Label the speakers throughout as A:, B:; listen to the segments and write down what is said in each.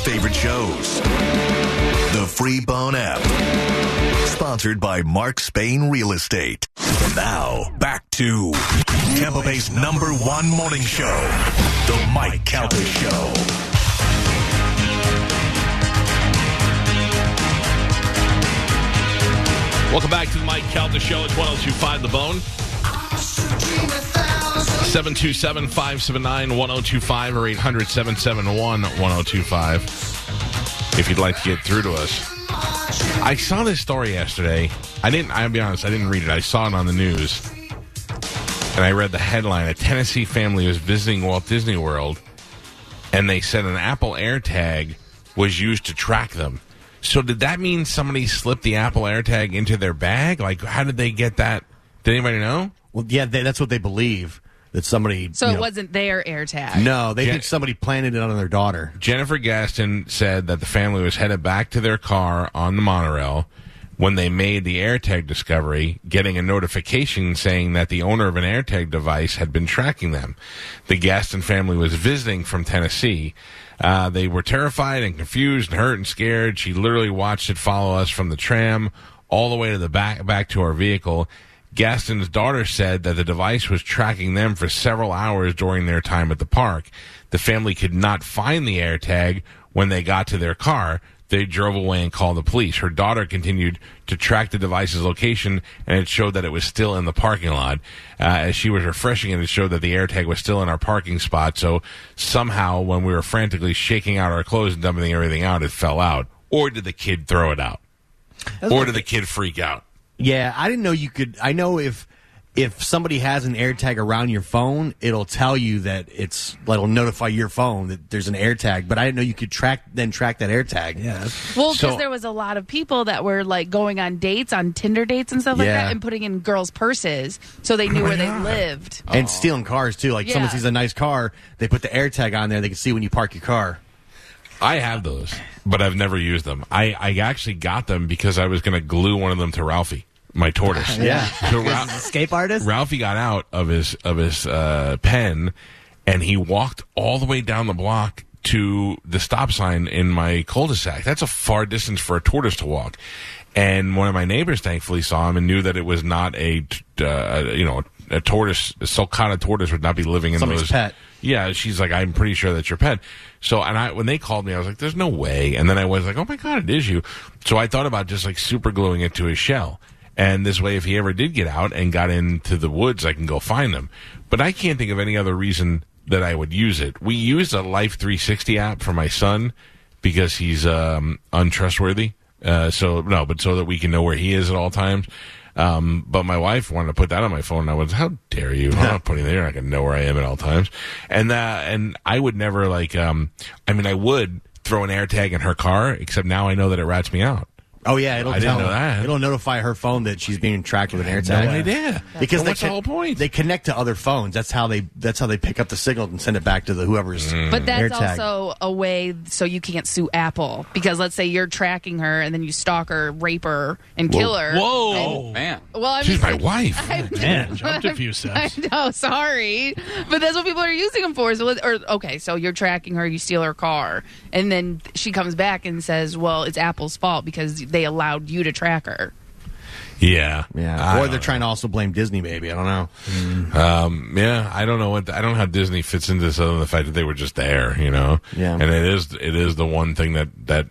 A: favorite shows. The Freebone app. Sponsored by Mark Spain Real Estate. Now, back to Tampa Bay's number one morning show, The Mike Calter Show.
B: Welcome back to the Mike Calda Show. It's 1025 The Bone. 727 579 1025 or 800 771 1025 if you'd like to get through to us. I saw this story yesterday. I didn't, I'll be honest, I didn't read it. I saw it on the news. And I read the headline A Tennessee family was visiting Walt Disney World and they said an Apple AirTag was used to track them. So did that mean somebody slipped the Apple AirTag into their bag? Like, how did they get that? Did anybody know?
C: Well, yeah, they, that's what they believe that somebody.
D: So
C: you
D: it
C: know-
D: wasn't their air tag.
C: No, they
B: Yeah.
C: think somebody planted it on their daughter.
B: Jennifer Gaston said that the family was headed back to their car on the monorail when they made the AirTag discovery, getting a notification saying that the owner of an AirTag device had been tracking them. The Gaston family was visiting from Tennessee. Uh, they were terrified and confused and hurt and scared. She literally watched it follow us from the tram all the way to the back back to our vehicle. Gaston's daughter said that the device was tracking them for several hours during their time at the park. The family could not find the AirTag when they got to their car. They drove away and called the police. Her daughter continued to track the device's location, and it showed that it was still in the parking lot. Uh, as she was refreshing it, it showed that the AirTag was still in our parking spot. So somehow, when we were frantically shaking out our clothes and dumping everything out, it fell out. Or did the kid throw it out? Or did the kid freak out?
C: Yeah, I didn't know you could. I know if if somebody has an AirTag around your phone, it'll tell you that it's. It'll notify your phone that there's an AirTag. But I didn't know you could track then track that AirTag. Yeah,
D: Well, because
B: So-
D: there was a lot of people that were like going on dates, on Tinder dates and stuff like
C: Yeah.
D: that, and putting in girls' purses so they
B: Oh
D: knew where they lived.
C: and stealing cars too. Like someone
D: Yeah.
C: sees a nice car, they put the AirTag on there. They can see when you park your car.
B: I have those, but I've never used them. I, I actually got them because I was going to glue one of them to Ralphie, my tortoise.
C: Yeah.
B: So Ra-
E: escape artist.
B: Ralphie got out of his of his uh, pen, and he walked all the way down the block to the stop sign in my cul-de-sac. That's a far distance for a tortoise to walk. And one of my neighbors thankfully saw him and knew that it was not a t- uh, you know a tortoise, a sulcata tortoise would not be living in
C: Somebody's
B: those
C: pet.
B: yeah, she's like, I'm pretty sure that's your pet. So, and I, when they called me, I was like, there's no way. And then I was like, oh my God, it is you. So I thought about just like super gluing it to his shell. And this way, if he ever did get out and got into the woods, I can go find them. But I can't think of any other reason that I would use it. We used a Life 360 app for my son because he's um, untrustworthy. Uh, so no, but so that we can know where he is at all times. Um, but my wife wanted to put that on my phone, and I was, "How dare you? I'm not putting it there. I can know where I am at all times." And uh, and I would never like. Um, I mean, I would throw an AirTag in her car, except now I know that it rats me out.
C: Oh yeah, it'll
B: I didn't
C: tell.
B: know that.
C: It'll notify her phone that she's being tracked with an AirTag.
B: no idea.
C: Because
B: Well,
C: they
B: what's the
C: con-
B: whole point?
C: They connect to other phones. That's how they. That's how they pick up the signal and send it back to the whoever's.
B: Mm.
D: But that's
C: AirTag.
D: also a way so you can't sue Apple because let's say you're tracking her and then you stalk her, rape her, and kill her.
B: Whoa!
F: Man.
D: Well, I
B: She's
D: mean,
B: my wife.
D: I'm just-
E: Man, jumped a few steps.
D: I know, sorry, but that's what people are using them for. So, let- or okay, so you're tracking her, you steal her car, and then she comes back and says, "Well, it's Apple's fault because they allowed you to track her."
B: Yeah, I
C: Yeah. Or
B: don't
C: they're trying to also blame Disney. Maybe I don't know.
B: Um, yeah, I don't know what I don't know how Disney fits into this other than the fact that they were just there, you know.
C: Yeah.
B: and it is it is the one thing that that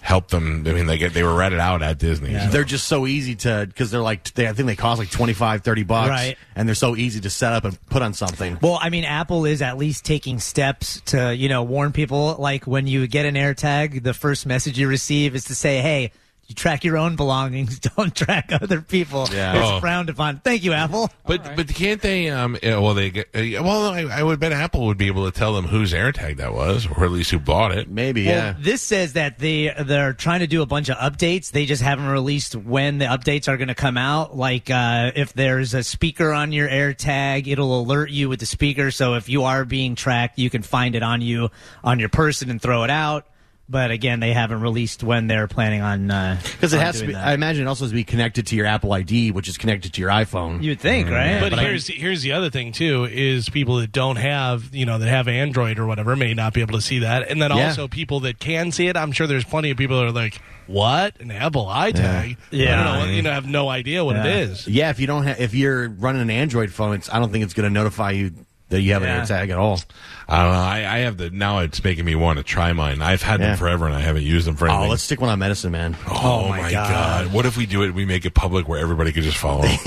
B: helped them. I mean, they get they were ratted out at Disney. so.
C: They're just so easy to because they're like they, I think they cost like 25, 30 bucks,
E: Right.
C: and they're so easy to set up and put on something.
E: Well, I mean, Apple is at least taking steps to, you know, warn people. Like when you get an AirTag, the first message you receive is to say, "Hey, you track your own belongings. Don't track other people.
C: Yeah.
E: It's
B: Oh.
E: frowned upon." Thank you, Apple.
B: But but can't they? Um, yeah, well, they get- uh, well, I, I would bet Apple would be able to tell them whose AirTag that was, or at least who bought it.
C: Maybe yeah.
E: Well, this says that they they're trying to do a bunch of updates. They just haven't released when the updates are going to come out. Like uh, if there's a speaker on your AirTag, it'll alert you with the speaker. So if you are being tracked, you can find it on you on your person and throw it out. But again, they haven't released when they're planning on uh,
C: Because it
E: on
C: has to
E: doing
C: be,
E: that.
C: I imagine it also has to be connected to your Apple ID, which is connected to your iPhone.
E: You'd think, right?
F: But,
C: but I-
F: here's here's the other thing too is people that don't have you know that have Android or whatever may not be able to see that, and then
C: Yeah.
F: also people that can see it. I'm sure there's plenty of people that are like, "What an Apple iTag?
E: Yeah.
F: I don't know, you know, have no idea what
E: Yeah.
F: it is."
C: yeah, if you don't have, if you're running an Android phone, it's, I don't think it's going to notify you that you have
E: Yeah.
C: an AirTag at all.
B: I don't know. Uh, I, I have the now. It's making me want to try mine. I've had
C: Yeah.
B: them forever and I haven't used them for
C: Oh,
B: anything.
C: let's stick one on medicine, man.
B: Oh, my god. What if we do it? We make it public where everybody could just follow.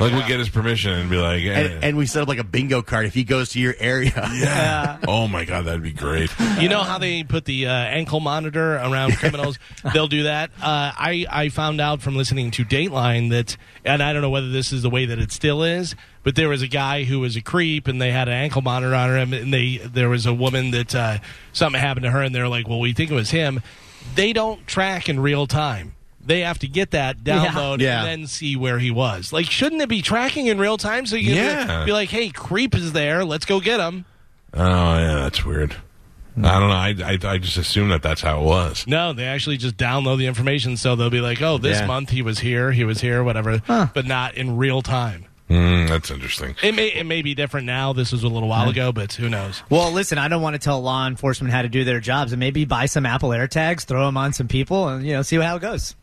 B: Like we get his permission and be like, eh.
C: And, and we set up like a bingo card if he goes to your area.
B: yeah. Oh my god, that'd be great. Oh,
F: You know how they put the uh, ankle monitor around criminals? They'll do that. Uh, I I found out from listening to Dateline that, and I don't know whether this is the way that it still is, but there was a guy who was a creep, and they had an ankle monitor on him, and they there was a woman that uh, something happened to her, and they're like, well, we think it was him. They don't track in real time. They have to get that download
C: Yeah.
F: and then see where he was. Like, shouldn't it be tracking in real time so you can
B: Yeah.
F: be like, "Hey, creep is there. Let's go get him."
B: Oh yeah, that's weird. I don't know. I, I I just assumed that that's how it was.
F: No, they actually just download the information, so they'll be like, "Oh, this
C: Yeah.
F: month he was here, he was here, whatever," but not in real time.
B: Mm, that's interesting.
F: It may it may be different now. This was a little while ago, but who knows?
E: Well, listen, I don't want to tell law enforcement how to do their jobs, and maybe buy some Apple AirTags, throw them on some people, and you know, see how it goes.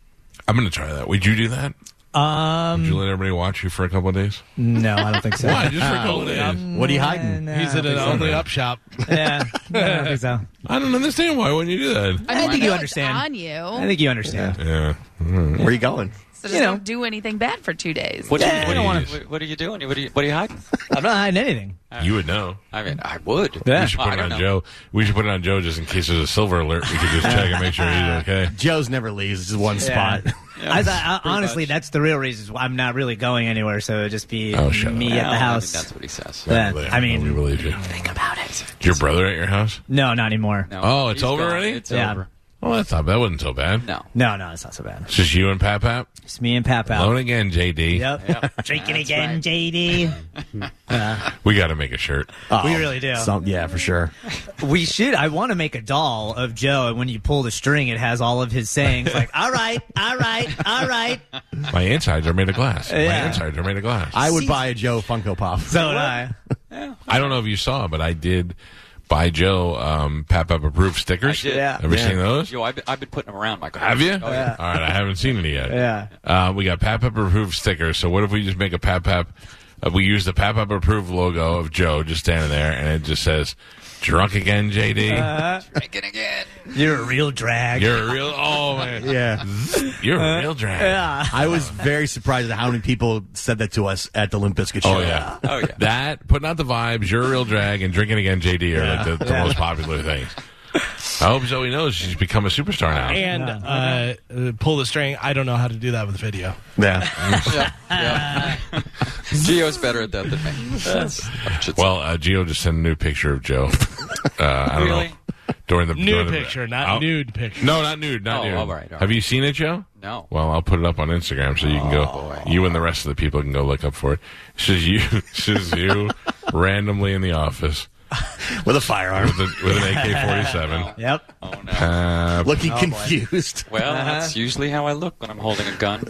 B: I'm gonna try that. Would you do that?
E: Um,
B: Would you let everybody watch you for a couple of days?
E: no, I don't think so.
B: Why? Just for a couple of days?
C: What are you hiding?
E: No,
F: He's
E: I
F: at an
E: don't
F: only
B: so.
F: up shop.
E: think- yeah, no, I don't think so.
B: I don't understand why wouldn't you do that?
E: I
D: mean,
E: think you
D: know it's
E: understand.
D: on you.
E: I think you understand.
B: Yeah.
C: Where are you going?
D: so just
E: you know.
D: don't do anything bad for two days.
G: What,
E: Yeah,
G: are,
E: I
G: you,
E: don't
G: what,
E: wanna-
G: what, what are you doing? What are you, what are you hiding?
E: I'm not hiding anything.
B: You would know.
G: I mean, I would.
E: Yeah.
B: We should
G: Well,
B: put
G: I
B: it
G: don't
B: on
G: know.
B: Joe. We should put it on Joe just in case there's a silver alert. We could just check and make sure he's okay.
C: Joe's never leaves. It's just one
E: Yeah.
C: spot.
G: Yeah,
E: I, I,
G: pretty
E: honestly,
G: much.
E: that's the real reason why I'm not really going anywhere. So it'd just be
B: Oh, shut
E: me
B: up.
E: at
G: Yeah,
E: the
G: I mean,
E: house.
G: that's what he says.
E: Yeah, I
B: we
E: mean,
B: believe you.
G: Think about it.
B: Is your brother at your house?
E: no, not anymore. No,
G: No,
B: Oh, it's
G: he's
B: over
G: gone.
B: already?
G: It's
E: Yeah.
G: over.
B: Oh, that's not. That wasn't so bad.
G: No.
E: no, it's not so bad.
B: It's just you and Pat Pat.
E: It's me and Pap out.
B: Alone again, JD.
E: Yep, drinking
G: That's
E: again,
G: right.
E: JD.
B: We got to make a shirt.
E: we really do.
C: Some, yeah, for sure.
E: We should. I want to make a doll of Joe, and when you pull the string, it has all of his sayings. like, all right, all right, all right.
B: My insides are made of glass. My
E: Yeah.
B: insides are made of glass. I,
C: I would buy a Joe Funko Pop.
E: So would I.
B: don't know if you saw, but I did buy Joe um, Pat Pat approved stickers.
G: I did. Yeah.
B: Ever
C: Yeah.
B: seen those?
G: Yo, I've, been- I've been putting him around, Michael.
B: Have you?
G: Oh, yeah.
B: All right, I haven't seen it yet.
E: Yeah.
B: Uh, we got Pat Pep approved stickers. So what if we just make a Pat Pep? Uh, we use the Pat Pep approved logo of Joe just standing there, and it just says "Drunk again, JD."
G: Uh, Drinking again.
E: You're a real drag.
B: you're a real. Oh man,
C: Yeah.
B: you're
F: Uh,
B: a real drag.
E: yeah.
C: I was very surprised at how many people said that to us at the Limp Bizkit show.
B: Oh yeah.
G: Oh, yeah.
B: That putting out the vibes. You're a real drag, and drinking again, JD, are like the, the most popular things. I hope Zoe knows she's become a superstar now.
F: And uh, uh, pull the string. I don't know how to do that with video.
C: Yeah.
G: Geo's better at that than me. That's-
B: Well, uh, Geo just sent a new picture of Joe. Uh, I don't
G: Really?
B: know. During the
F: Nude
B: during the-
F: picture, not
B: I'll-
F: nude picture.
B: No, not nude, not
G: Oh,
B: nude.
G: all right, all right.
B: Have you seen it, Joe?
G: No.
B: Well, I'll put it up on Instagram so you can go.
G: Oh,
B: You and the rest of the people can go look up for it. It's just you, it's just you, randomly in the office
C: With a firearm.
B: with, a, with an AK forty-seven.
E: Yep.
G: oh, no.
B: Uh,
C: Looking confused.
G: well, that's usually how I look when I'm holding a gun.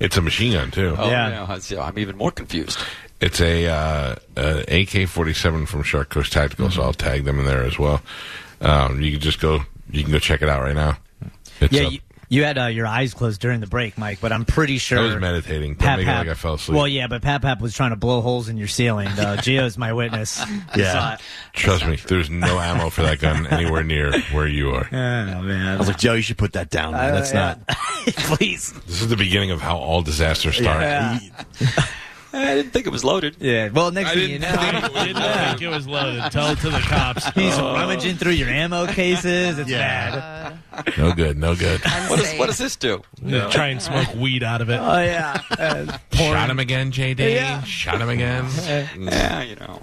B: it's a machine gun too.
G: Oh,
E: Yeah.
G: no, that's- yeah, I'm even more confused.
B: It's a uh, uh, AK forty-seven from Shark Coast Tactical,
E: Mm-hmm.
B: so I'll tag them in there as well. Um, you can just go. You can go check it out right now. It's
E: Yeah,
B: up.
E: you, you had uh, your eyes closed during the break, Mike, but I'm pretty sure.
B: I was meditating, but
E: Pap
B: making
E: Pap-
B: like I fell asleep.
E: er, Well, yeah, but Pap Pap was trying to blow holes in your ceiling. though. Geo's my witness.
C: Yeah.
B: Trust me, there's no ammo for that gun anywhere near where you are.
E: Oh man,
C: I was like, Joe, you should put that down. man. That's not.
E: uh, please.
B: This is the beginning of how all disasters start.
G: I didn't think it was loaded.
E: Yeah. Well, next
B: I
E: thing you
B: didn't
E: know,
B: think it was
F: Didn't think it was loaded. Tell it to the cops.
E: he's
B: Oh.
E: rummaging through your ammo cases. It's
C: Yeah.
E: bad.
D: Uh,
B: No good, no good.
G: What, is, what does this do?
F: Try and smoke weed out of it.
E: Oh yeah. Uh,
B: Shot him again, JD.
E: Yeah.
B: Shot him again.
G: Yeah, you know.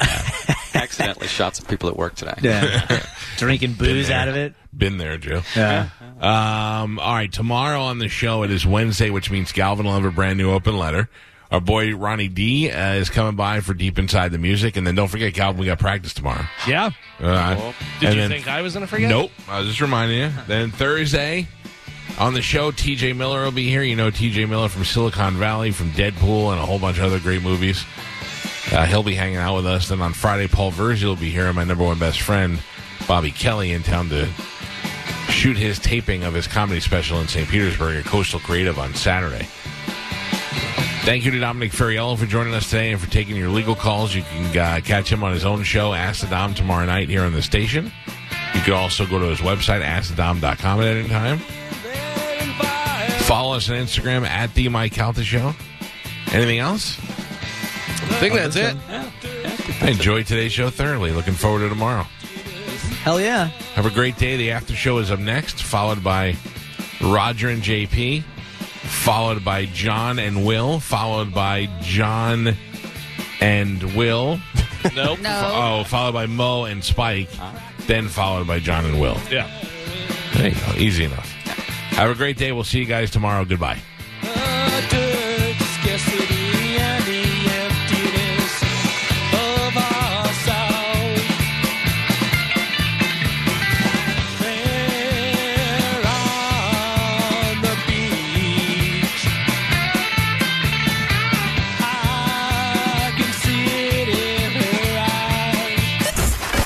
G: accidentally shot some people at work today.
E: yeah. Drinking booze
B: there.
E: out of it.
B: Been there, Joe.
E: Yeah.
B: Um, all right, tomorrow on the show, it is Wednesday, which means Galvin will have a brand new open letter. Our boy Ronnie D uh, is coming by for deep inside the music, and then don't forget, Calvin, we got practice tomorrow.
F: Yeah.
B: Uh,
G: Cool.
F: Did
B: and
F: you
B: then-
F: think I was going to forget?
B: Nope. I was just reminding you. Then Thursday on the show, TJ Miller will be here. You know TJ Miller from Silicon Valley, from Deadpool, and a whole bunch of other great movies. Uh, he'll be hanging out with us. Then on Friday, Paul Verzi will be here, and my number one best friend, Bobby Kelly, in town to shoot his taping of his comedy special in St. Petersburg at Coastal Creative on Saturday. Thank you to Dominic Ferriello for joining us today and for taking your legal calls. You can uh, catch him on his own show, Ask the Dom, tomorrow night here on the station. You can also go to his website, askthedom.com at any time. Follow us on Instagram at the Mike Calta Show. Anything else? I think that's it. I enjoyed today's show thoroughly. Looking forward to tomorrow.
E: Hell yeah.
B: Have a great day. The after show is up next, followed by Roger and JP, followed by John and Will, followed by John and Will.
F: Nope.
D: No.
B: Oh, followed by Mo and Spike, then followed by John and Will.
F: Yeah.
B: There you go. Easy enough. Have a great day. We'll see you guys tomorrow. Goodbye.
H: Scarcity